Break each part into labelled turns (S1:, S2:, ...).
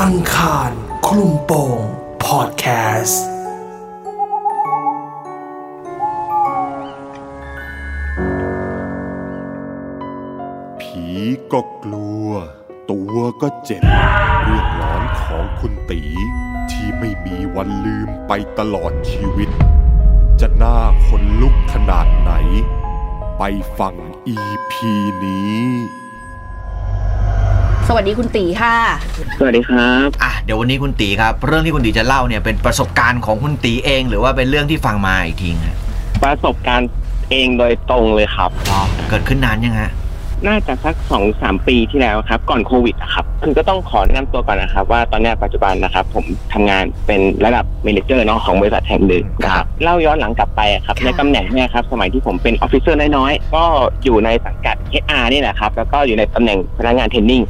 S1: อังคารคลุมโปงพอดแคสต์
S2: ผีก็กลัว ตัวก็เจ็บ เรื่องหลอนของคุณตี ที่ไม่มีวันลืมไปตลอดชีวิต จะน่าขนลุกขนาดไหน ไปฟัง EP นี้
S3: สวัสดีคุณตีค่ะ
S4: สวัสดีครับ
S5: อ่ะเดี๋ยววันนี้คุณตีครับ เรื่องที่คุณตีจะเล่าเนี่ยเป็นประสบการณ์ของคุณตีเอง หรือว่าเป็นเรื่องที่ฟังมาอีกทีฮะ
S4: ประสบการณ์เองโดยตรงเลยครับ
S5: เกิดขึ้นนานยังฮะ
S4: น่าจะสักสองสามปีที่แล้วครับ ก่อนโควิดอะครับ คือก็ต้องขอแนะนำตัวก่อนนะครับ ว่าตอนเนี้ยปัจจุบันนะครับ ผมทำงานเป็นระดับเมเนเจอร์เนาะของบริษัทแห่งหนึ่งนะครับเล่าย้อนหลังกลับไปอะครับ
S3: ค่ะ
S4: ในตำแหน่งเนี่ยครับ สมัยที่ผมเป็นออฟฟิเซอร์น้อยๆ ก็อยู่ในสังกัด HR นี่แหละครับ แล้วก็อยู่ในตำแหน่งพนักงานเทรนนิ่ง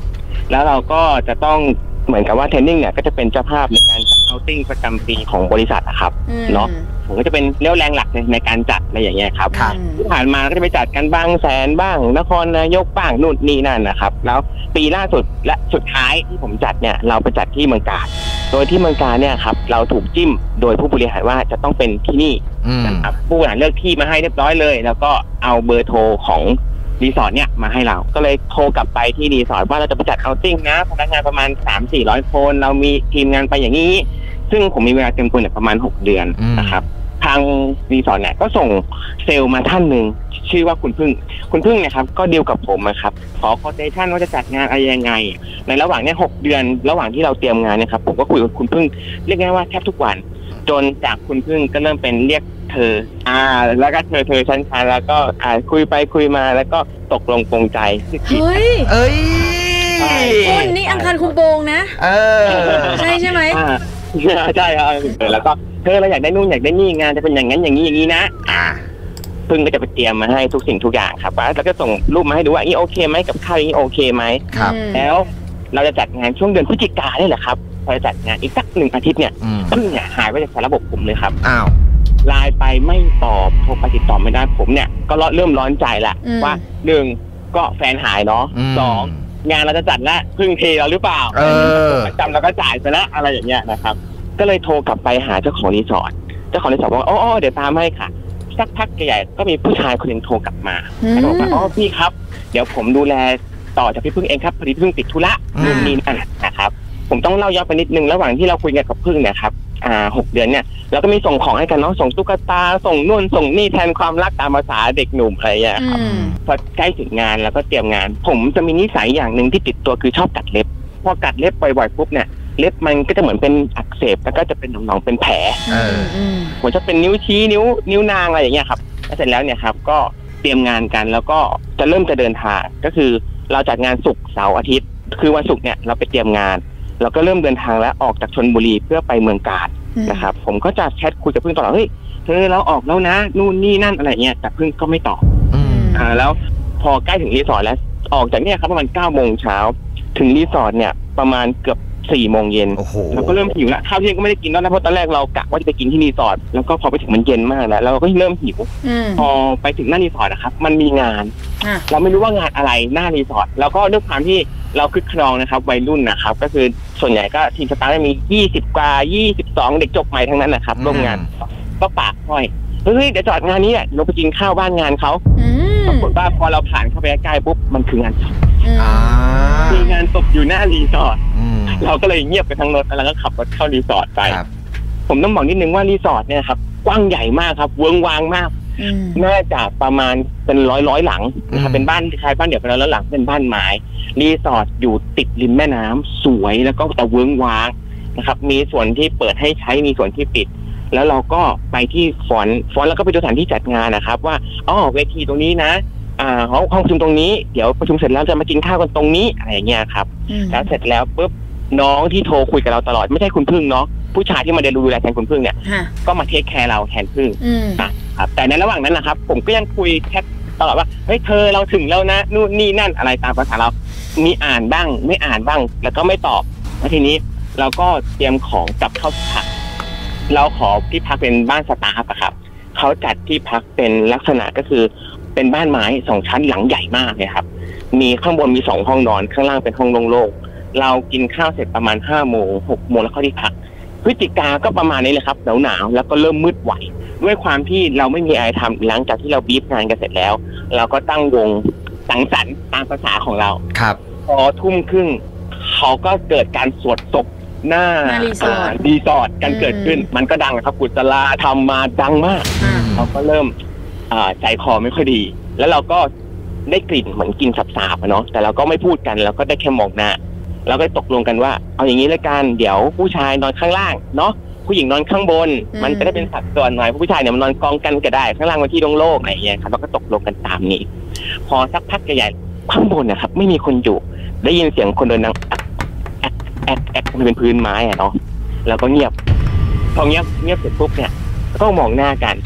S4: แล้วเราก็จะต้องเหมือนกับว่าเทรนนิ่งเนี่ยก็จะเป็นเจ้าภาพในการจัดเอาติ้งประจำปีของบริษัทอะครับ
S3: อืม
S4: เนาะ ผมก็จะเป็นเรี่ยวแรงหลักในในการจัดอะไรอย่างเงี้ยครับ
S3: อืม
S4: ที่ผ่านมาก็จะไปจัดกันบางแสนบ้าง นครนายกบ้างนู่นนี่นั่นนะครับ แล้วปีล่าสุดและสุดท้ายที่ผมจัดเนี่ยเราไปจัดที่เมืองกาญโดยที่เมืองกาญเนี่ยครับเราถูกจิ้มโดยผู้บริหารว่าจะต้องเป็นที่นี่
S5: อืม
S4: นะครับผู้บริหารเลือกที่มาให้เรียบร้อยเลย แล้วก็เอาเบอร์โทรของรีสอร์ทเนี่ยมาให้เรา ก็เลยโทรกลับไปที่รีสอร์ทว่าเราจะไปจัดเอาติ้งนะพนักงานประมาณ 3 4 0 0 คน เรามีทีมงานไปอย่างนี้ ซึ่งผมมีเวลาเต็มตัวเนี่ยประมาณ 6 เดือนนะครับ ทางรีสอร์ทเนี่ยก็ส่งเซลล์มาท่านหนึ่งชื่อว่าคุณพึ่ง คุณพึ่งเนะครับ ก็ดีลกับผมนะครับ ขอคอเทชันว่าจะจัดงานอะไรยังไง ในระหว่างเนี่ยหกเดือน ระหว่างที่เราเตรียมงานเนยครับผมก็คุยกับคุณพึ่งเรียกง่ายว่าแทบทุกวัน จนจากคุณพึ่งก็เริ่มเป็นเรียกเธออ่าแล้วก็เธอเธอฉันฉันแล้วก็อ่าคุยไปคุยมาแล้วก็ตกลงปรงใจสกิด
S3: เฮ้ย
S5: เอ้ย
S4: ใช่
S3: คุณนี่อังคารคุมโปงนะ
S5: เออ
S3: ใช่ใช่ไหม
S4: อ่า ใช่ครับแล้วก็เธอเราอยากได้นู่นอยากได้นี่งานจะเป็นอย่างนั้นอย่างนี้อย่างนี้นะ
S5: อ่ะ
S4: พึ่งก็จะไปเตรียมมาให้ทุกสิ่งทุกอย่างครับแล้วก็ส่งรูปมาให้ดูว่าอันนี้โอเคไหมกับข้าวอันนี้โอเคไหม
S5: ครับ
S3: อืม
S4: แล้วเราจะจัดงานช่วงเดือนพฤศจิกาเนี่ยแหละครับเราจะจัดงานอีกสักหนึ่งอาทิตย์เนี่ย
S5: อืม
S4: พึ่งเนี่ยหายไปจากสารระบบผมเลยครับ
S5: อ้าว
S4: ไลน์ไปไม่ตอบโทรไปติดต่อไม่ได้ผมเนี่ยก็เริ่มร้อนใจละ
S3: อืม
S4: ว่าหนึ่งก็แฟนหายเนาะ
S5: ม
S4: สองงานเราจะจัดละพึ่งเทเราหรือเปล่า
S5: เออ
S4: ประจำแล้วก็จ่ายไปแล้วอะไรอย่างเงี้ยนะครับ ก็เลยโทรกลับไปหาเจ้าของรีสอร์ทเจ้าของรีสอร์ทบอกว่าอ๋ออ๋อเดี๋ยวตามให้ค่ะ สักพักใหญ่ๆก็มีผู้ชายคนหนึ่งโทรกลับมา
S3: อืม
S4: แล้วก็บอกว่าอ๋อพี่ครับ เดี๋ยวผมดูแลต่อจากพี่พึ่งเองครับพอดีพี่พึ่งติดธุระ
S5: อืม
S4: นู่นนี่นั่นนะครับ ผมต้องเล่าย้อนไปนิดนึงระหว่างที่เราคุยกันกับพึ่งเนี่ยครับอ่าหกเดือนเนี่ยเราก็มีส่งของให้กันเนาะส่งตุ๊กตาส่งนู่นส่งนี่แทนความรักตามภาษาเด็กหนุ่มอะไรอย่างเงี้ย
S3: อืม
S4: พอใกล้ถึงงานแล้วก็เตรียมงาน ผมจะมีนิสัยอย่างหนึ่งที่ติดตัวคือชอบกัดเล็บ พอกัดเล็บบ่อยๆปุ๊บเนี่ยเล็บมันก็จะเหมือนเป็นอักเสบแล้วก็จะเป็นหนองๆเป็นแผล
S5: เออ
S3: ม
S4: ผมจะเป็นนิ้วชี้นิ้วนิ้วนางอะไรอย่างเงี้ยครับแล้วเสร็จแล้วเนี่ยครับก็เตรียมงานกันแล้วก็จะเริ่มจะเดินทางก็คือเราจัดงานศุกร์เสาร์อาทิตย์ คือวันศุกร์เนี่ยเราไปเตรียมงาน เราก็เริ่มเดินทางแล้วออกจากชนบุรีเพื่อไปเมืองกาญ
S3: อืม
S4: นะครับ ผมก็จะแชทคุยกับเพื่อนตลอดเฮ้ยเธอเราออกแล้วนะนู่นนี่นั่นอะไรเงี้ยแต่เพื่อนก็ไม่ตอบ
S5: อืม
S4: อ่าแล้วพอใกล้ถึงรีสอร์ทแล้ว ออกจากเนี่ยครับประมาณเก้าโมงเช้าถึงรีสอร์ทเนี่ยประมาณเกือบสี่โมงเย็น
S5: โอ้โห
S4: เราก็เริ่มหิวละข้าวเที่ยงก็ไม่ได้กินแล้วนะเพราะตอนแรกเรากะว่าจะไปกินที่รีสอร์ทแล้วก็พอไปถึงมันเย็นมากแล้วเราก็เริ่มหิว
S3: อืม
S4: พอไปถึงหน้ารีสอร์ทนะครับมันมีงาน
S3: อ่ะ
S4: เราไม่รู้ว่างานอะไรหน้ารีสอร์ทแล้วก็ด้วยความที่เราคึกครองนะครับวัยรุ่นนะครับ ก็คือส่วนใหญ่ก็ทีมสตาร์ทมี 20 กว่า 22 เด็กจบใหม่ทั้งนั้นนะครับร่วมงานก็ปากห้อยเฮ้ยเดี๋ยวจอดงานนี้แหละลงไปกินข้าวบ้านงานเขา
S3: อืม
S4: ปรากฏว่าพอเราผ่านเข้าไปใกล้ๆปุ๊บมันคืองานศพ
S5: อ่า
S4: คืองานศพอยู่หน้ารีสอร์ท
S5: อืม
S4: เราก็เลยเงียบไปทั้งรถแล้วก็ขับรถเข้ารีสอร์ทไป
S5: ครับ
S4: ผมต้องบอกนิดนึงว่ารีสอร์ทเนี่ยครับกว้างใหญ่มากครับเวิงวางมาก
S3: อืม
S4: น่าจะประมาณเป็นร้อยร้อยหลังนะครั
S5: อื
S4: บ
S5: ม
S4: เป็นบ้านคล้ายบ้านเดี่ยวเป็นร้อยร้อยหลังเป็นบ้านไม้รีสอร์ทอยู่ติดริมแม่น้ำสวยแล้วก็แต่เวิงวางนะครับ มีส่วนที่เปิดให้ใช้มีส่วนที่ปิด แล้วเราก็ไปที่ฟอนต์ฟอนต์แล้วก็ไปดูสถานที่จัดงานนะครับ ว่าอ๋อเวทีตรงนี้นะ อ่าห้องห้องประชุมตรงนี้เดี๋ยวประชุมเสร็จแล้วจะมากินข้าวกันตรงนี้อะไรอย่างเงี้ยครับ
S3: อืม
S4: แล้วเสร็จแล้วปุ๊บน้องที่โทรคุยกับเราตลอดไม่ใช่คุณพึ่งเนาะผู้ชายที่มาเดินดูแลแทนคุณพึ่งเนี่ย
S3: ค่ะ
S4: ก็มาเทคแคร์เราแทนพึ่ง
S3: อืม
S4: ครับแต่ในระหว่างนั้นนะครับ ผมก็ยังคุยแชทตลอดว่าเฮ้ยเธอเราถึงแล้วนะนู่นนี่นั่นอะไรตามภาษาเรา มีอ่านบ้างไม่อ่านบ้าง แล้วก็ไม่ตอบแล้วทีนี้เราก็เตรียมของกลับเข้าที่พักเราขอที่พักเป็นบ้านสตาฟอะครับเขาจัดที่พักเป็นลักษณะก็คือ เป็นบ้านไม้สองชั้นหลังใหญ่มากเลยครับ มีข้างบนมีสองห้องนอน ข้างล่างเป็นห้องโล่งๆ เรากินข้าวเสร็จประมาณห้าโมงหกโมงแล้วเข้าที่พัก พฤศจิกาก็ประมาณนี้เลยครับหนาวหนาวๆแล้วก็เริ่มมืดไหว ด้วยความที่เราไม่มีอะไรทำหลังจากที่เราบีฟงานกันเสร็จแล้ว เราก็ตั้งวงสังสรรค์ตามภาษาของเรา
S5: ครับ
S4: พอทุ่มครึ่งเขาก็เกิดการสวดศพหน้า
S3: หน้ารีสอร์ท
S4: อ่ารีสอร์ทกัน
S3: อืม
S4: เกิดขึ้น มันก็ดังนะครับกุศลาทำมาดังมาก
S3: อ่ะ
S4: เราก็เริ่มอ่าใจคอไม่ค่อยดี แล้วเราก็ได้กลิ่นเหมือนกลิ่นสาบๆอะเนาะแต่เราก็ไม่พูดกันเราก็ได้แค่มองหน้าเราก็ตกลงกันว่า เอาอย่างนี้ละกันเดี๋ยวผู้ชายนอนข้างล่างเนาะผู้หญิงนอนข้างบน มันจะได้เป็นสัดส่วนหน่อยเพราะผู้ชายเนี่ยมันนอนกองกันก็ได้ ข้างล่างมันที่โล่งๆอะไรอย่างเงี้ยครับเราก็ตกลงกันตามนี้ พอสักพักใหญ่ๆข้างบนนะครับ ไม่มีคนอยู่ ได้ยินเสียงคนเดินดังแอ๊กแอ๊กแอ๊กมันเป็นพื้นไม้อะเนาะแล้วก็เงียบพอเงียบเงียบเสร็จปุ๊บเนี่ยก็มองหน้ากัน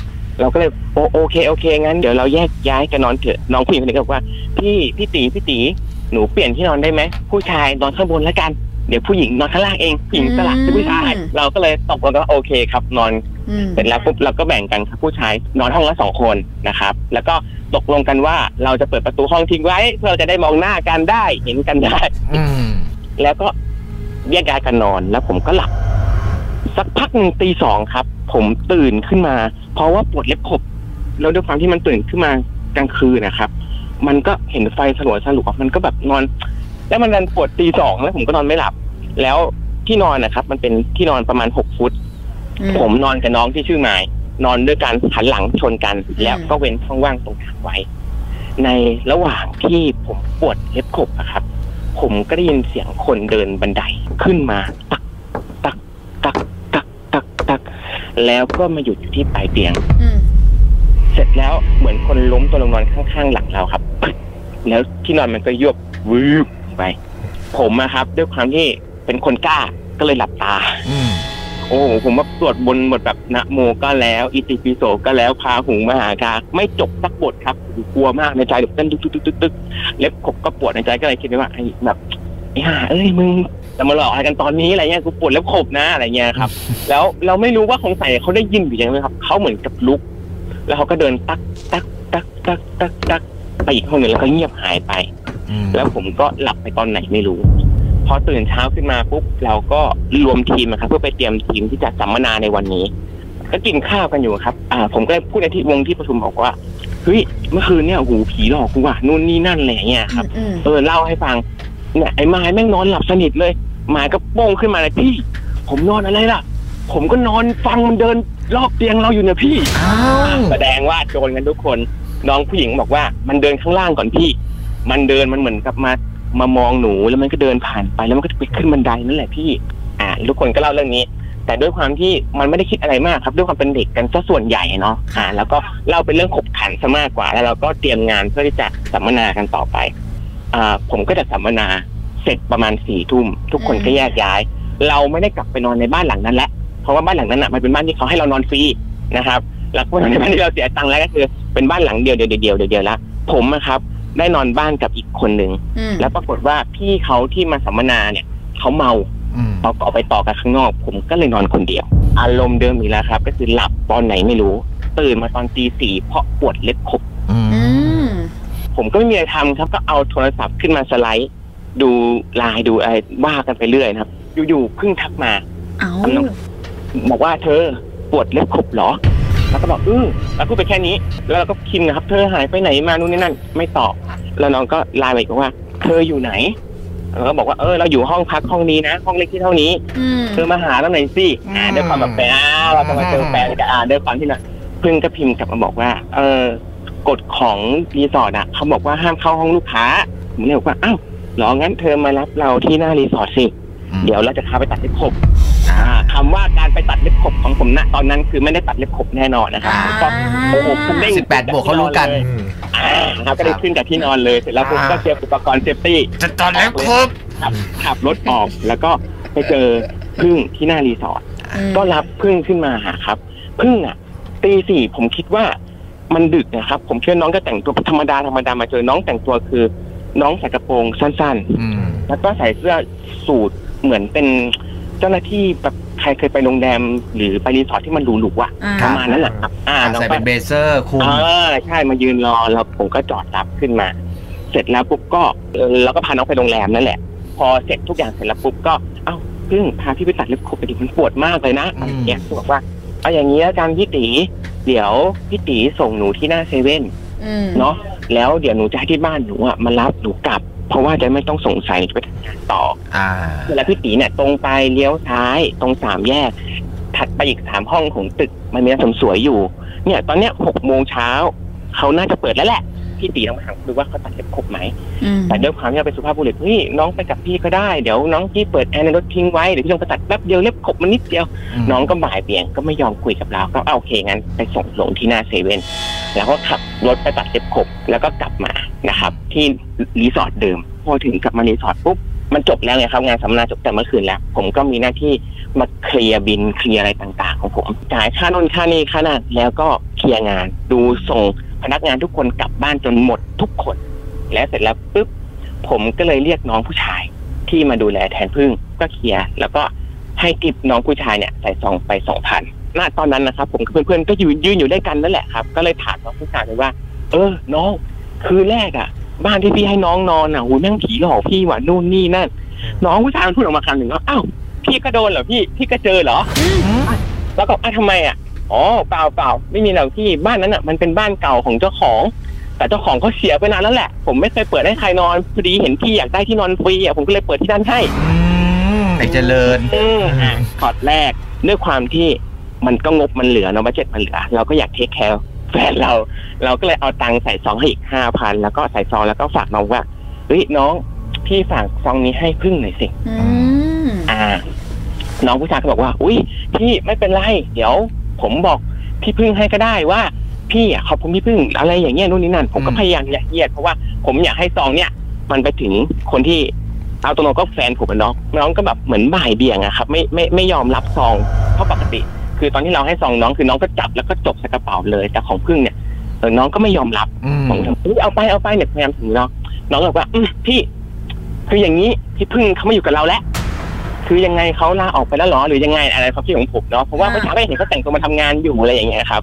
S4: เราก็เลยโอโอเคโอเคงั้นเดี๋ยวเราแยกย้ายกันนอนเถอะน้องผู้หญิงคนนี้ก็บอกว่าพี่พี่ตีพี่ตีหนูเปลี่ยนที่นอนได้ไหมผู้ชายนอนข้างบนแล้วกันเดี๋ยวผู้หญิงนอนข้างล่างเองผู้หญิงสลับกับผู้ชายเราก็เลยตกลงกันว่าโอเคครับนอน
S3: อืม
S4: เสร็จแล้วปุ๊บเราก็แบ่งกันครับผู้ชายนอนห้องละสองคนนะครับ แล้วก็ตกลงกันว่าเราจะเปิดประตูห้องทิ้งไว้ เพื่อเราจะได้มองหน้ากันได้เห็นกันได้
S5: อืม
S4: แล้วก็แยกย้ายกันนอนแล้วผมก็หลับ สักพักหนึ่งตีสองครับ ผมตื่นขึ้นมา เพราะว่าปวดเล็บขบแล้วด้วยความที่มันตื่นขึ้นมากลางคืนนะครับ มันก็เห็นไฟสลัวสลัวมันก็แบบนอน แล้วมันดันปวดตีสองแล้วผมก็นอนไม่หลับ แล้วที่นอนนะครับ มันเป็นที่นอนประมาณหกฟุต
S3: อื
S4: ผมนอนกับน้องที่ชื่อไมายนอนด้วยกันหันหลังชนกัน แล้วก็เว้นช่องว่างตรงกลางไว้ ในระหว่างที่ผมปวดเล็บขบอะครับ ผมก็ได้ยินเสียงคนเดินบันไดขึ้นมาตักตักตักตักตักตัก แล้วก็มาหยุดอยู่ที่ปลายเตียง
S3: อืม
S4: เสร็จแล้วเหมือนคนล้มตัวลงนอนข้างๆหลังเราครับ แล้วที่นอนมันก็ยวบวืบไป ผมอะครับ ด้วยความที่เป็นคนกล้าก็เลยหลับตา
S5: อืม
S4: โอ้โหผมว่าสวดบนบทแบบนะโมก็แล้ว อิติปิโสก็แล้วพาหุงมหากาไม่จบสักบทครับผมกลัวมากในใจแบบเต้นตึกตึกตึกตึกตึกเล็บขบก็ปวดในใจก็เลยคิดไว้ว่าไอ้แบบไอ้ห่าเอ้ยมึงจะมาหลอกอะไรกันตอนนี้อะไรเงี้ยกูปวดเล็บขบนะอะไรเงี้ยครับ แล้วเราไม่รู้ว่าของใส่เขาได้ยินหรือยังไหมครับเขาเหมือนกับลุก แล้วเขาก็เดินตักตักตักตักตักตักไปอีกห้องหนึ่งแล้วก็เงียบหายไป
S5: อืม
S4: แล้วผมก็หลับไปตอนไหนไม่รู้ พอตื่นเช้าขึ้นมาปุ๊บเราก็รวมทีมนะครับเพื่อไปเตรียมทีมที่จะสัมมนาในวันนี้ ก็กินข้าวกันอยู่ครับ อ่า ผมก็ได้พูดในที่วงที่ประชุมบอกว่าเฮ้ยเมื่อคืนเนี่ยโอ้โหูผีหลอกกูว่ะนู่นนี่นั่นอะไรอย่างเงี้ยครับ
S3: อืม
S4: เออเล่าให้ฟังเนี่ยไอ้ไม้แม่งนอนหลับสนิทเลยหมาก็โป้งขึ้นมาเลยพี่ ผมนอนอะไรล่ะ ผมก็นอนฟังมันเดินรอบเตียงเราอยู่เนี่ยพี่
S5: อ้าว
S4: แสดงว่าโดนกันทุกคน น้องผู้หญิงบอกว่ามันเดินข้างล่างก่อนพี่ มันเดินมันเหมือนกับมามามองหนูแล้วมันก็เดินผ่านไปแล้วมันก็ไปขึ้นบันไดนั่นแหละพี่ อ่าทุกคนก็เล่าเรื่องนี้ แต่ด้วยความที่มันไม่ได้คิดอะไรมากครับ ด้วยความเป็นเด็กกันซะส่วนใหญ่เนาะอ่า แล้วก็เล่าเป็นเรื่องขบขันซะมากกว่า แล้วเราก็เตรียมงานเพื่อที่จะสัมมนากันต่อไป อ่า ผมก็จะสัมมนาเสร็จประมาณสี่ทุ่มทุกคนก็แยกย้าย เราไม่ได้กลับไปนอนในบ้านหลังนั้นแล้วเพราะว่าบ้านหลังนั้นอ่ะมันเป็นบ้านที่เขาให้เรานอนฟรีนะครับ หลักในบ้านที่เราเสียตังค์แล้วก็คือเป็นบ้านหลังเดียวเดียวเดียวเดียวเดียวละผมนะครับ ได้นอนบ้านกับอีกคนหนึ่ง
S3: อืม
S4: แล้วปรากฏว่าพี่เขาที่มาสัมมนาเนี่ยเขาเมา
S5: อืม
S4: เขาก็ออกไปต่อกันข้างนอก ผมก็เลยนอนคนเดียว อารมณ์เดิมอีกแล้วครับ ก็คือหลับตอนไหนไม่รู้ ตื่นมาตอนตีสี่เพราะปวดเล็บขบ
S5: อืม
S3: อืม
S4: ผมก็ไม่มีอะไรทำครับ ก็เอาโทรศัพท์ขึ้นมาสไลด์ ดูไลน์ดูอะไรว่ากันไปเรื่อยนะครับ อยู่ๆเพิ่งทักมา
S3: เอา
S4: บอกว่าเธอปวดเล็บขบเหรอ แล้วก็บอกอือแล้วพูดไปแค่นี้ แล้วเราก็พิมพ์นะครับ เธอหายไปไหนมานู่นนี่นั่น ไม่ตอบ แล้วน้องก็ไลน์ไปอีกว่า เธออยู่ไหนแล้วก็บอกว่าเออเราอยู่ห้องพักห้องนี้นะ ห้องเล็กที่เท่านี้
S3: อืม
S4: เธอมาหาเราหน่อยสิอ่าด้วยความแบบแปลกอ้าวเราจะมาเจอแฟนกันอ่าด้วยความที่นะพึ่งก็พิมพ์กลับมาบอกว่า เออกฎของรีสอร์ทอ่ะเขาบอกว่าห้ามเข้าห้องลูกค้าผมเลยบอกว่าอ้าวเหรองั้นเธอมารับเราที่หน้ารีสอร์ทสิ เดี๋ยวเราจะพาไปตัดเล็บขบอ่าคำว่าการไปตัดเล็บขบของผมณตอนนั้นคือไม่ได้ตัดเล็บขบแน่นอนนะครับ
S3: อ่า
S4: ก็โอ้โหผมเด้ง
S5: สิบแปดบวกเขารู้กัน
S4: อ่านะครับก็ได้ขึ้นจากที่นอนเลยเสร็จแล้วผมก็เตรียมอุปกรณ์เซฟตี้
S5: จะตอนแล้วครบ
S4: ขับขับรถออก แล้วก็ไปเจอพึ่งที่หน้ารีสอร์ท
S3: อืม
S4: ก็รับพึ่งขึ้นมาหาครับพึ่งอ่ะตีสี่ผมคิดว่ามันดึกนะครับ ผมเชื่อน้องก็แต่งตัวธรรมดาธรรมดามาเจอน้องแต่งตัวคือ น้องใส่กระโปรงสั้น
S5: อืม
S4: ๆ แล้วก็ใส่เสื้อสูทเหมือนเป็นเจ้าหน้าที่แบบใครเคยไปโรงแรมหรือไปรีสอร์ทที่มันหรูๆอ่ะ
S3: อ่า
S4: ประมาณนั้นแหละครับอ่าน้อง
S5: ใส่
S4: ก็
S5: เป็นเบเซอร์คุม
S4: เออใช่มายืนรอแล้วผมก็จอดรับขึ้นมา เสร็จแล้วปุ๊บก็เออเราก็พาน้องไปโรงแรมนั่นแหละ พอเสร็จทุกอย่างเสร็จแล้วปุ๊บก็เอ้าพึ่งพาพี่ไปตัดเล็บขบไปดิมันปวดมากเลยนะอะไรอย่างเงี้ยก็บอกว่าเอาอย่างนี้แล้วกันพี่ตีเดี๋ยวพี่ตีส่งหนูที่หน้าเซเว่น
S3: อืม
S4: เนาะแล้วเดี๋ยวหนูจะให้ที่บ้านหนูอะมารับหนูกลับ เพราะว่าจะไม่ต้องสงสัยหนูจะไปทำงานต่อ
S5: อ่า
S4: เสร็จแล้วพี่ตีเนี่ยตรงไปเลี้ยวซ้ายตรงสามแยก ถัดไปอีกสามห้องของตึกมันมีร้านเสริมสวยอยู่ เนี่ยตอนเนี้ยหกโมงเช้าเขาน่าจะเปิดแล้วแหละพี่ตีลองไปถามดูว่าเขาตัดเล็บครบไหม
S3: อืม
S4: แต่ด้วยความที่เราเป็นสุภาพบุรุษพี่น้องไปกับพี่ก็ได้เดี๋ยวน้องพี่เปิดแอร์ในรถทิ้งไว้เดี๋ยวพี่ลงไปตัดแป๊บเดียวเล็บขบมันนิดเดียว น้องก็บ่ายเบี่ยงก็ไม่ยอมคุยกับเราก็เอาโอเคงั้นไปส่งหลงที่หน้าเซเว่นแล้วก็ขับรถไปตัดเล็บขบแล้วก็กลับมานะครับ ที่รีสอร์ทเดิม พอถึงกลับมารีสอร์ทปุ๊บมันจบแล้วไงครับงานสัมมนาจบแต่เมื่อคืนแล้ว ผมก็มีหน้าที่มาเคลียร์บินเคลียร์อะไรต่าง ๆ ของผมจ่ายค่าน่นค่านี่ค่านั่นแล้วก็เคลียร์งานดูส่งพนักงานทุกคนกลับบ้านจนหมดทุกคน แล้วเสร็จแล้วปุ๊บผมก็เลยเรียกน้องผู้ชาย ที่มาดูแลแทนพึ่งก็เคลียร์แล้วก็ให้ทิปน้องผู้ชายเนี่ยใส่ซองไปสองพันณตอนนั้นนะครับผมกับเพื่อนๆก็ยืนยืนอยู่ด้วยกันนั่นแหละครับ ก็เลยถามน้องผู้ชายไปว่า เออ น้อง คืนแรกอะ่ะ บ้านที่พี่ให้น้องนอนอะ่ะหูแม่งผีหลอกพี่ว่ะนู่นนี่นั่น น้องผู้ชายมันพูดออกมาคำหนึ่งว่าอ้าวพี่ก็โดนเหรอพี่พี่ก็เจอเหรอ แล้วก็อ่ะทำไมอ่ะ อ๋อ เปล่าเปล่าไม่มีหรอกพี่บ้านนั้นอ่ะ มันเป็นบ้านเก่าของเจ้าของ แต่เจ้าของเขาเสียไปนานแล้วแหละ ผมไม่เคยเปิดให้ใครนอนพอดีเห็นพี่อยากได้ที่นอนฟรีอ่ะผมก็เลยเปิดที่นั่นให้
S5: อืมไอ้เจริญ
S4: อืมอ่ะพอร์ตแรกด้วยความที่มันก็งบมันเหลือเนาะบัจเจ็ตมันเหลือ เราก็อยากเทคแคร์แฟนเรา เราก็เลยเอาตังค์ใส่ซองให้อีกห้าพันแล้วก็ใส่ซองแล้วก็ฝากน้องว่าเฮ้ยน้องพี่ฝากซองนี้ให้พึ่งหน่อยสิ
S3: อืม
S4: อ่า น้องผู้ชายก็บอกว่า อุ้ยพี่ไม่เป็นไร เดี๋ยว ผมบอกพี่พึ่งให้ก็ได้ว่า พี่อ่ะขอบคุณพี่พึ่งอะไรอย่างเงี้ยนู่นนี่นั่น ผมก็
S5: อืม
S4: พยายามอยากเหยียดเพราะว่าผมอยากให้ซองเนี่ย มันไปถึงคนที่เอาตรงๆก็แฟนผมอะเนาะน้องก็แบบเหมือนบ่ายเบี่ยงอะครับไม่ไม่ไม่ยอมรับซองเพราะปกติ คือตอนที่เราให้ซองน้องคือน้องก็จับแล้วก็จบใส่กระเป๋าเลย แต่ของพึ่งเนี่ยเออน้องก็ไม่ยอมรับ
S5: อืม
S4: ผมก็อุ๊ยเอาไปเอาไปเนี่ยพยายามถึงน้องน้องก็บอกว่าอืมพี่ คืออย่างนี้พี่พึ่งเขาไม่อยู่กับเราแล้ว คือยังไงเขาลาออกไปแล้วเหรอหรือยังไงอะไรความคิดของผมเนาะเพราะว่า
S3: อ่า
S4: เมื่อเช้าก็เห็นเขาแต่งตัวมาทำงานอยู่อะไรอย่างเงี้ยครับ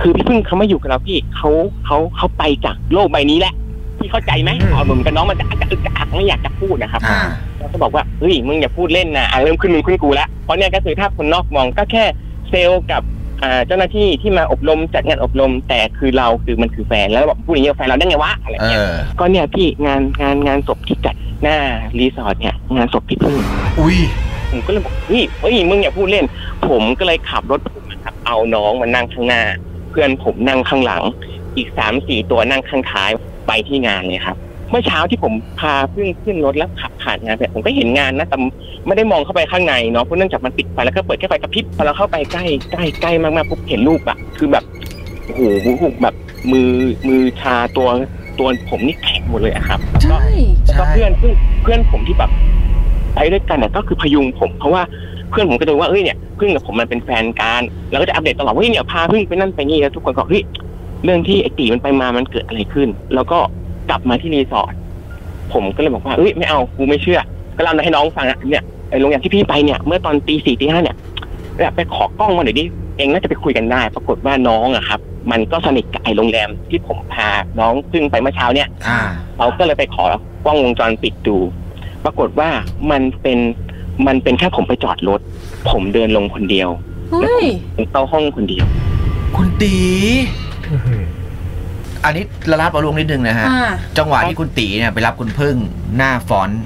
S4: คือพี่พึ่งเขาไม่อยู่กับเราพี่เขาเขาเขาไปจากโลกใบนี้แหละพี่เข้าใจไหมอ๋อเหมือนกับน้องมันจะอักกะอึกกะอักไม่อยากจะพูดนะครับ
S5: อ่า
S4: เราก็บอกว่าเฮ้ยมึงอย่าพูดเล่นนะอ่ะเริ่มขึ้นมึงขึ้นกูละเพราะเนี่ยก็คือถ้าคนนอกมองก็แค่เซลล์กับอ่าเจ้าหน้าที่ที่มาอบรมจัดงานอบรม แต่คือเราคือมันคือแฟนแล้วบอกพูดอย่างนี้กับแฟนเราได้ไงวะอะไร
S5: เอ
S4: เงี้ย
S5: อ
S4: ก็เนี่ยพี่งานงานงานศพที่จัดหน้ารีสอร์ทเนี่ยงานศพพี่พึ่ง
S5: อุ้ย
S4: ผมก็เลยบอกเฮ้ยเฮ้ยมึงอย่าพูดเล่น ผมก็เลยขับรถผมนะครับเอาน้องมานั่งข้างหน้า เพื่อนผมนั่งข้างหลัง อีกสามสี่ตัวนั่งข้างท้ายไปที่งานเลยครับ เมื่อเช้าที่ผมพาเพื่อนขึ้นรถแล้วขับผ่านงานไปผมก็เห็นงานนะแต่ไม่ได้มองเข้าไปข้างในเนาะเพราะเนื่องจากมันปิดไฟแล้วก็เปิดแค่ไฟกระพริบพอเราเข้าไปใกล้ใกล้ใกล้มากๆปุ๊บเห็นรูปอะคือแบบโอ้โหแบบมือมือชาตัวตัวผมนี่แข็งหมดเลยอะครับ
S3: ใช่
S4: แล้วก็
S5: ใช่
S4: เพื่อนเพื่อนเพื่อนผมที่แบบไปด้วยกันเนี่ยก็คือพยุงผมเพราะว่าเพื่อนผมก็จะว่าเอ้ยเนี่ยเพื่อนกับผมมันเป็นแฟนกันแล้วก็จะอัปเดตตลอดว่าเฮ้ยเนี่ยพาเพื่อนไปนั่นไปนี่แล้วทุกคนก็เฮ้ยเรื่องที่ไอตีมันไปมามันเกิดอะไรขึ้น แล้วก็กลับมาที่รีสอร์ทผมก็เลยบอกว่าเอ้ยไม่เอากูไม่เชื่อ ก็เล่าให้น้องฟังอะเนี่ยไอโรงแรมที่พี่ไปเนี่ยเมื่อตอนตีสี่ตีห้าเนี่ยแบบไปขอกล้องมาหน่อยดิเองน่าจะไปคุยกันได้ ปรากฏว่าน้องอะครับ มันก็สนิทกับไอโรงแรมที่ผมพาน้องซึ่งไปเมื่อเช้าเนี่ย
S5: อ่า
S4: เราก็เลยไปขอกล้องวงจรปิดดู ปรากฏว่ามันเป็นมันเป็นแค่ผมไปจอดรถ ผมเดินลงคนเดียว
S3: เฮ้ย
S4: ผมเข้าห้องคนเดียว
S5: คุณตี อันนี้ละลาบประลวงนิดนึงนะฮะ
S3: อ่า
S5: จังหวะที่คุณตีเนี่ยไปรับคุณพึ่งหน้าฟอนต์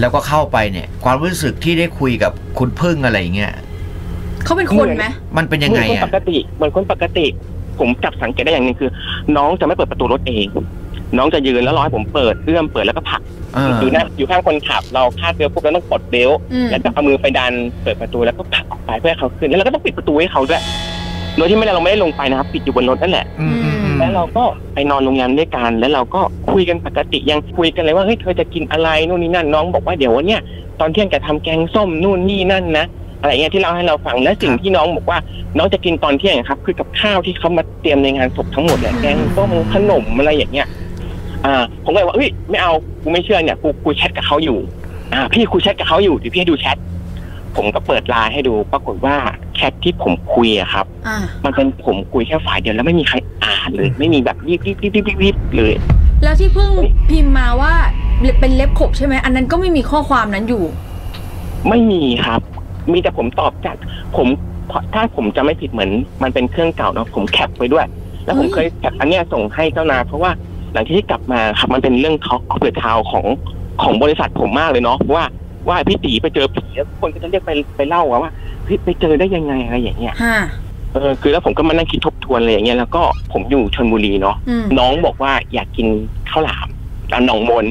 S5: แล้วก็เข้าไปเนี่ย ความรู้สึกที่ได้คุยกับคุณพึ่งอะไรอย่างเงี้ย
S3: เขาเป็นคนไหม
S5: มันเป็นยังไง
S4: เหมือนคน
S5: อ่ะ
S4: ปกติเหมือนคนปกติ ผมจับสังเกตได้อย่างหนึ่งคือ น้องจะไม่เปิดประตูรถเอง น้องจะยืนแล้วรอให้ผมเปิดเอื้อมเปิดแล้วก็ผลัก
S5: เออ
S4: อยู่หน้าอยู่ข้างคนขับ เราคาดเบลต์ปุ๊บแล้วต้องปลดเบลต์
S3: อืม
S4: แล้วก็เอามือไปดันเปิดประตูแล้วก็ผลักออกไปเพื่อให้เขาขึ้น แล้วเราก็ต้องปิดประตูให้เขาด้วย โดยที่ไม่ได้เราไม่ได้ลงไปนะครับปิดอยู่บนรถนั่นแหละ
S5: อืมอืมอืม
S4: แล้วเราก็ไปนอนโรงแรมด้วยกัน แล้วเราก็คุยกันปกติยังคุยกันเลยว่าเฮ้ยเธอจะกินอะไรนู่นนี่นั่นน้องบอกว่าเดี๋ยววันเนี้ยตอนเที่ยงจะทำแกงส้มนู่นนี่นั่นนะอะไรเงี้ยที่เราให้เราฟังและสิ่งที่น้องบอกว่า น้องจะกินตอนเที่ยงครับคือกับข้าวที่เขามาเตรียมในงานศพทั้งหมดเลยแกงส้มขนมอะไรอย่างเงี้ยอ่า ผมก็เลยว่าเอ้ยไม่เอากูไม่เชื่อเนี่ยกูกูแชทกับเขาอยู่ อ่า พี่กูแชทกับเขาอยู่เดี๋ยวพี่ให้ดูแชทผมก็เปิดไลน์ให้ดู ปรากฏว่าแชทที่ผมคุยอะครับ
S3: อ่า
S4: มันเป็นผมคุยแค่ฝ่ายเดียวแล้วไม่มีใครอ่านเลย ไม่มีแบบรีบรีบรีบรีบรีบเลย
S3: แล้วที่เพิ่งพิมพ์มาว่า เป็นเล็บขบใช่ไหมอันนั้นก็ไม่มีข้อความนั้นอยู่
S4: ไม่มีครับ มีแต่ผมตอบจากผมถ้าผมจะไม่ผิดเหมือน มันเป็นเครื่องเก่าเนาะผมแคปไว้ด้วย แล้วผม
S3: เฮ้
S4: เค
S3: ย
S4: ยแคปอันเนี้ยส่งให้เจ้านายเพราะว่าหลังจากที่กลับมาครับมันเป็นเรื่องท็อกเปิดทาวของของบริษัทผมมากเลยเนาะว่าว่าพี่ตีไปเจอผีแล้วคนก็จะเรียกไปไปเล่าอะว่าเฮ้ยไปเจอได้ยังไงอะไรอย่างเงี้ย
S3: ฮะ
S4: เออคือแล้วผมก็มานั่งคิดทบทวนอะไรอย่างเงี้ยแล้วก็ผมอยู่ชนบุรีเนาะ
S3: อืม
S4: น้องบอกว่าอยากกินข้าวหลามตามหนองมน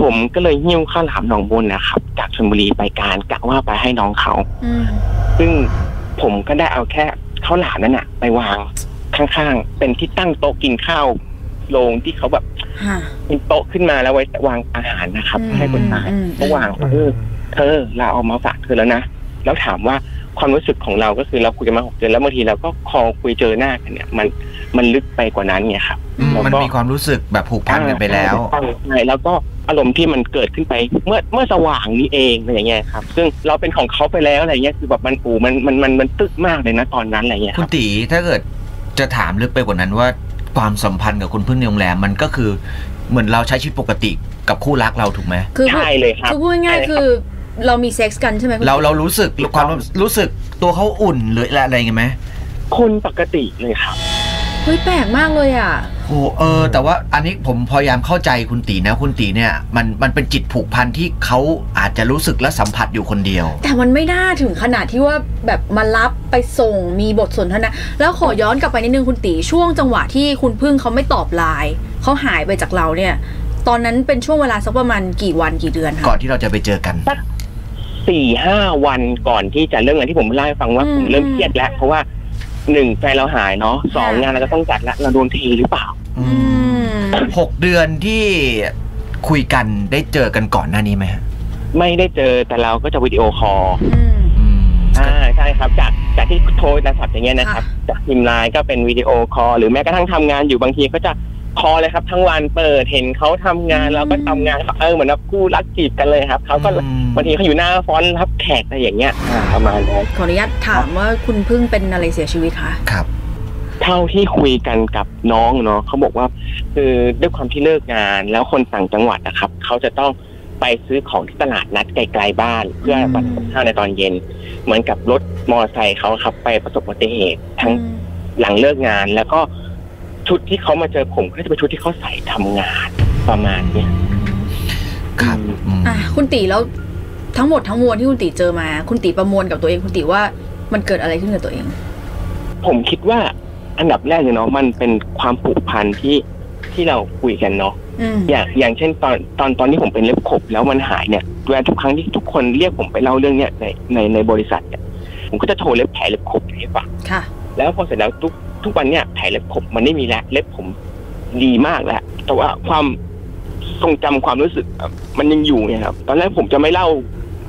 S4: ผมก็เลยหิ้วข้าวหลามหนองมนนะครับ จากชลบุรีไปการกะว่าไปให้น้องเขา
S3: อืม
S4: ซึ่งผมก็ได้เอาแค่ข้าวหลามนั้นอะไปวางข้างๆ เป็นที่ตั้งโต๊ะกินข้าวโรงที่เขาแบบ
S3: ฮะ
S4: เป็นโต๊ะขึ้นมาแล้วไว้วางอาหารนะครับ ให้คนตาย
S3: อืม
S4: ก็วางเออ เธอเราเอามาฝากเธอแล้วนะ แล้วถามว่าความรู้สึกของเราก็คือเราคุยกันมาหกเดือนแล้วบางทีเราก็คอคุยเจอหน้ากันเนี่ย มันมันลึกไปกว่านั้นไงครับ
S5: อืมมันมีความรู้สึกแบบผูกพันกันไปแล้ว
S4: ใช่แล้วก็อารมณ์ที่มันเกิดขึ้นไปเมื่อเมื่อสว่างนี้เองอะไรอย่างเงี้ยครับ ซึ่งเราเป็นของเขาไปแล้วอะไรเงี้ยคือแบบมันอูมันมันมันมันตึกมากเลยนะตอนนั้นอะไรเงี้ย
S5: คุ
S4: ค
S5: ณ
S4: รับ
S5: ตีถ้าเกิดจะถามลึกไปกว่านั้นว่าความสัมพันธ์กับคุณพึ่งในโรงแรมมันก็คือเหมือนเราใช้ชีวิตปกติกับคู่รักเราถูกไหม
S3: คือพูด
S4: ใช่เลยครับ
S3: คือพูดง่ายๆคือเรามีเซ็กซ์กันใช่ไหมคุณ
S5: เราเรารู้สึกความรู้สึกตัวเขาอุ่นหรืออะไรไงไหม
S4: คนปกติเลยครับ
S3: เฮ้ยแปลกมากเลยอ่ะ
S5: โอ้เออ แต่ว่าอันนี้ผมพยายามเข้าใจคุณตีนะคุณตีเนี่ยมันมันเป็นจิตผูกพันที่เขาอาจจะรู้สึกและสัมผัสอยู่คนเดียว
S3: แต่มันไม่น่าถึงขนาดที่ว่าแบบมารับไปส่งมีบทสนทนาแล้วขอย้อนกลับไปนิดนึงคุณตีช่วงจังหวะที่คุณพึ่งเขาไม่ตอบไลน์เขาหายไปจากเราเนี่ย ตอนนั้นเป็นช่วงเวลาสักประมาณกี่วันกี่เดือน
S5: ก่อ
S3: คะ
S5: นที่เราจะไปเจอกัน
S4: สี่ห้าวันก่อนที่จะเรื่องอะไรที่ผมเล่าให้ฟังว่า
S3: อืม
S4: ผมเริ่มเครียดแล้ว เพราะว่าหนึ่งแฟนเราหายเนาะสอง
S3: ค่ะ
S4: งานเราก็ต้องจัดละเราโดนเทหรือเปล่า
S5: อื
S3: อื
S5: ม
S3: ม
S5: หกเดือนที่คุยกันได้เจอกันก่อนหน้านี้ไหมฮะ
S4: ไม่ได้เจอแต่เราก็จะวิดีโอคอล
S3: อืม
S5: อืม
S4: อ่าใช่ครับจากจากที่โทรโทรศัพท์อย่างเงี้ยนะครับ จากพิมพ์ไลน์ก็เป็นวิดีโอคอลหรือแม้กระทั่งทำงานอยู่บางทีก็จะคอลเลยครับ ทั้งวันเปิดเห็นเขาทำงาน
S3: อืม
S4: เราก็ทำงานเออเหมือนแบบคู่รักจีบกันเลยครับเขาก็
S5: อืม
S4: บางทีเขาอยู่หน้าฟอนต์รับแขกอะไรอย่างเงี้ยอ่าประมาณนั้น
S3: ขออนุญาตถามว่าคุณพึ่งเป็นอะไรเสียชีวิตคะ
S5: ครับ
S4: เท่าที่คุยกันกับน้องเนาะเขาบอกว่า คือด้วยความที่เลิกงานแล้วคนต่างจังหวัดนะครับเขาจะต้องไปซื้อของที่ตลาดนัดไกลๆบ้าน เพื่อมาทำข้าวในตอนเย็น เหมือนกับรถมอเตอร์ไซค์เขาครับไปประสบอุบัติเหตุทั้ง
S3: อืม
S4: หลังเลิกงานแล้วก็ชุดที่เขามาเจอผมก็จะเป็นชุดที่เขาใส่ทำงานประมาณเนี้ย
S5: ครับอืม
S3: อ่ะคุณตีแล้วทั้งหมดทั้งมวลที่คุณตีเจอมา คุณตีประมวลกับตัวเองคุณตีว่ามันเกิดอะไรขึ้นกับตัวเอง
S4: ผมคิดว่าอันดับแรกเลยเนาะมันเป็นความผูกพันที่ที่เราคุยกันเนาะ
S3: อืม
S4: อย่างอย่างเช่นตอนตอนตอนที่ผมเป็นเล็บขบแล้วมันหายเนี่ยเวลาทุกครั้งที่ทุกคนเรียกผมไปเล่าเรื่องเนี้ยในในในบริษัทเนี่ยผมก็จะโทรเล็บแผลเล็บขบให้ฟัง
S3: ค่ะ
S4: แล้วพอเสร็จแล้วทุกทุกวันเนี่ยแผลเล็บผมมันไม่มีแล้วเล็บผมดีมากแล้วแต่ว่าความทรงจำความรู้สึกอะมันยังอยู่ไงครับ ตอนแรกผมจะไม่เล่า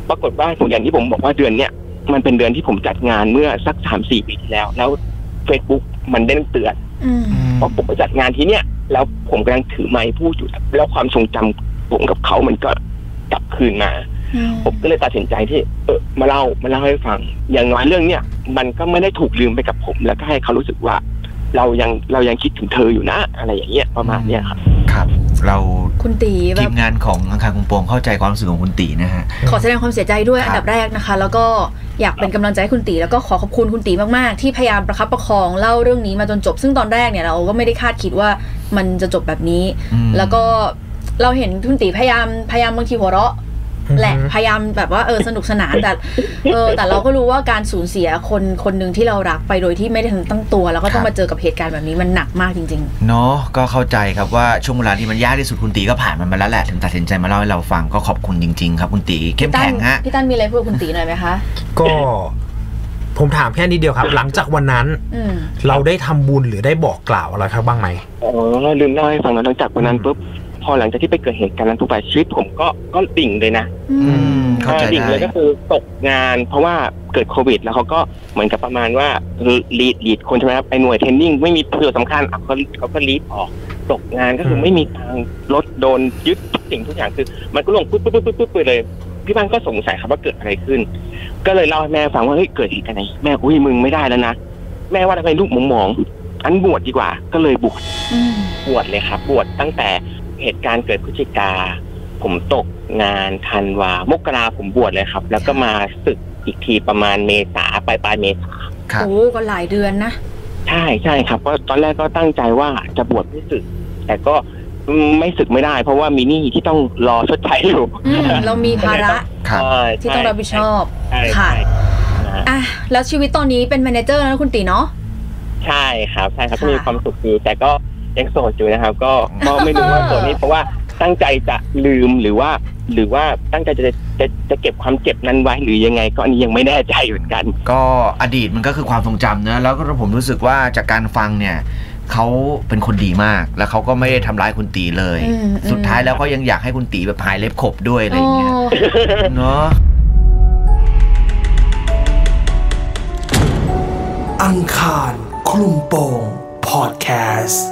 S4: ปรากฏว่าผมอย่างที่ผมบอกว่าเดือนเนี่ยมันเป็นเดือนที่ผมจัดงานเมื่อสักสามสี่ปีที่แล้ว แล้วเฟซบุ๊กมันเด้งเตือน
S3: อืม
S4: เพราะผมไปจัดงานที่เนี่ย แล้วผมกำลังถือไมค์พูดอยู่แล้วความทรงจำผมกับเขามันก็กลับคืนมา ผมก็เลยตัดสินใจที่เออมาเล่ามาเล่าให้ฟัง อย่างน้อยเรื่องเนี้ยมันก็ไม่ได้ถูกลืมไปกับผม แล้วก็ให้เขารู้สึกว่า เรายังเรายังคิดถึงเธออยู่นะ อะไรอย่างเงี้ยประมาณเนี้ยครับ
S5: ครับ เรา
S3: คุณตีแบ
S5: ที
S3: บ
S5: มงานของอังคารคุงโปงเข้าใจความรู้สึกของคุณตีนะฮะ
S3: ขอแสดงความเสียใจด้วย
S5: ครับ
S3: อันดับแรกนะคะ แล้วก็อยากเป็นกำลังใจให้คุณตีแล้วก็ขอขอบคุณคุณตีมากๆ ที่พยายามประคับประคองเล่าเรื่องนี้มาจนจบ ซึ่งตอนแรกเนี่ยเราก็ไม่ได้คาดคิดว่ามันจะจบแบบนี้
S5: อืม
S3: แล้วก็เราเห็นคุณตีพยายามพยายามบางทีหัวเราะแหละ
S1: อืม
S3: พยายามแบบว่าเออสนุกสนานแต่เออแต่เราก็รู้ว่าการสูญเสียคนคนหนึ่งที่เรารักไปโดยที่ไม่ได้ทันตั้งตัว แล้วก็ต้องมาเจอกับเหตุการณ์แบบนี้มันหนักมากจริง
S5: เนาะก็เข้าใจครับว่าช่วงเวลาที่มันยากที่สุดคุณตีก็ผ่านมันมาแล้วแหละถึงตัดสินใจมาเล่าให้เราฟังก็ขอบคุณจริง ๆ ครับคุณตีเข้ม
S3: ๆตั้
S5: แข็
S3: น
S5: งฮะ
S3: พี่ตั้นมีอะไรพูดกับคุณตีหน่อยไหมคะ
S1: ก็ผมถามแค่นี้เดียวครับ หลังจากวันนั้น
S3: อืม
S1: เราได้ทำบุญหรือได้บอกกล่าวอะไรครับบ้างไหม
S4: อ๋อลืมเล่าให้ฟังนะหลังจากวันนั้นปุ๊บพอหลังจากที่ไปเกิดเหตุการณ์นั้นทุกไปชีวิตผมก็ก็ดิ่งเลยนะ
S5: อืมเข้าใจ
S4: ดิ่ง
S5: ได้
S4: เลยก็คือตกงาน เพราะว่าเกิดโควิด แล้วเขาก็เหมือนกับประมาณว่าลีดลีดคนใช่ไหมครับไอหน่วยเทรนนิ่งไม่มีประโยชน์สำคัญอ่ะเขาเขาก็ลีดออกตกงานก็คือ
S1: ม
S4: ไม่มีทางรถโดนยึดทุกสิ่งทุกอย่างคือ มันก็ลงปุ๊บปุ๊บปุ๊บปุ๊บปุ๊บไปเลย พี่บ้านก็สงสัยครับว่าเกิดอะไรขึ้น ก็เลยเล่าให้แม่ฟังว่าเฮ้ยเกิดเหตุการณ์ไหนแม่อุ้ยมึงไม่ได้แล้วนะแม่ว่าทำไมลูกหมองๆอันบวชดีกว่า ก็เลยบวช
S3: อืม
S4: บวชเลยครับบวชตั้งแต่เหตุการณ์เกิดพฤศจิกา ผมตกงานธันวามกราผมบวชเลยครับ แล้วก็มาศึกอีกทีประมาณเมษาปลายปลายๆเมษา
S5: ครับ
S3: โอ้ก็หลายเดือนนะ
S4: ใช่ใช่ครับก็ตอนแรกก็ตั้งใจว่าจะบวชไม่ศึก แต่ก็ไม่ศึกไม่ได้ เพราะว่ามีหนี้ที่ต้องรอชดใช้อยู่
S3: อืมเรามีภาระ
S5: ครับ
S4: ใช่
S3: ที่ต้องรับผิดชอบ
S4: ใช่
S3: ค่ะ
S4: ใช่นะฮะ
S3: อ่ะแล้วชีวิตตอนนี้เป็นแมเนเจอร์แล้วนะคุณตีเนาะ
S4: ใช่ครับใช่ครับ
S3: ค่ะ
S4: มีความสุขดีแต่ก็ยังโสดอยู่นะครับ ก็ก็ไม่รู้ว่าโสดนี้เพราะว่าตั้งใจจะลืมหรือว่า หรือว่าตั้งใจจะจะจะเก็บความเจ็บนั้นไว้หรือยังไง ก็อันนี้ยังไม่แน่ใจเหมือนกัน
S5: ก็อดีตมันก็คือความทรงจำนะแล้วก็ผมรู้สึกว่าจากการฟังเนี่ยเขาเป็นคนดีมาก แล้วเขาก็ไม่ได้ทำร้ายคุณตีเลย
S3: อืมอืม
S5: สุดท้ายแล้วก็ยังอยากให้คุณตีแบบหายเล็บขบด้วยอะไรอย่างเงี้ย
S3: โ
S5: เนาะ
S1: อังคารคลุมโปงพอดแคสต์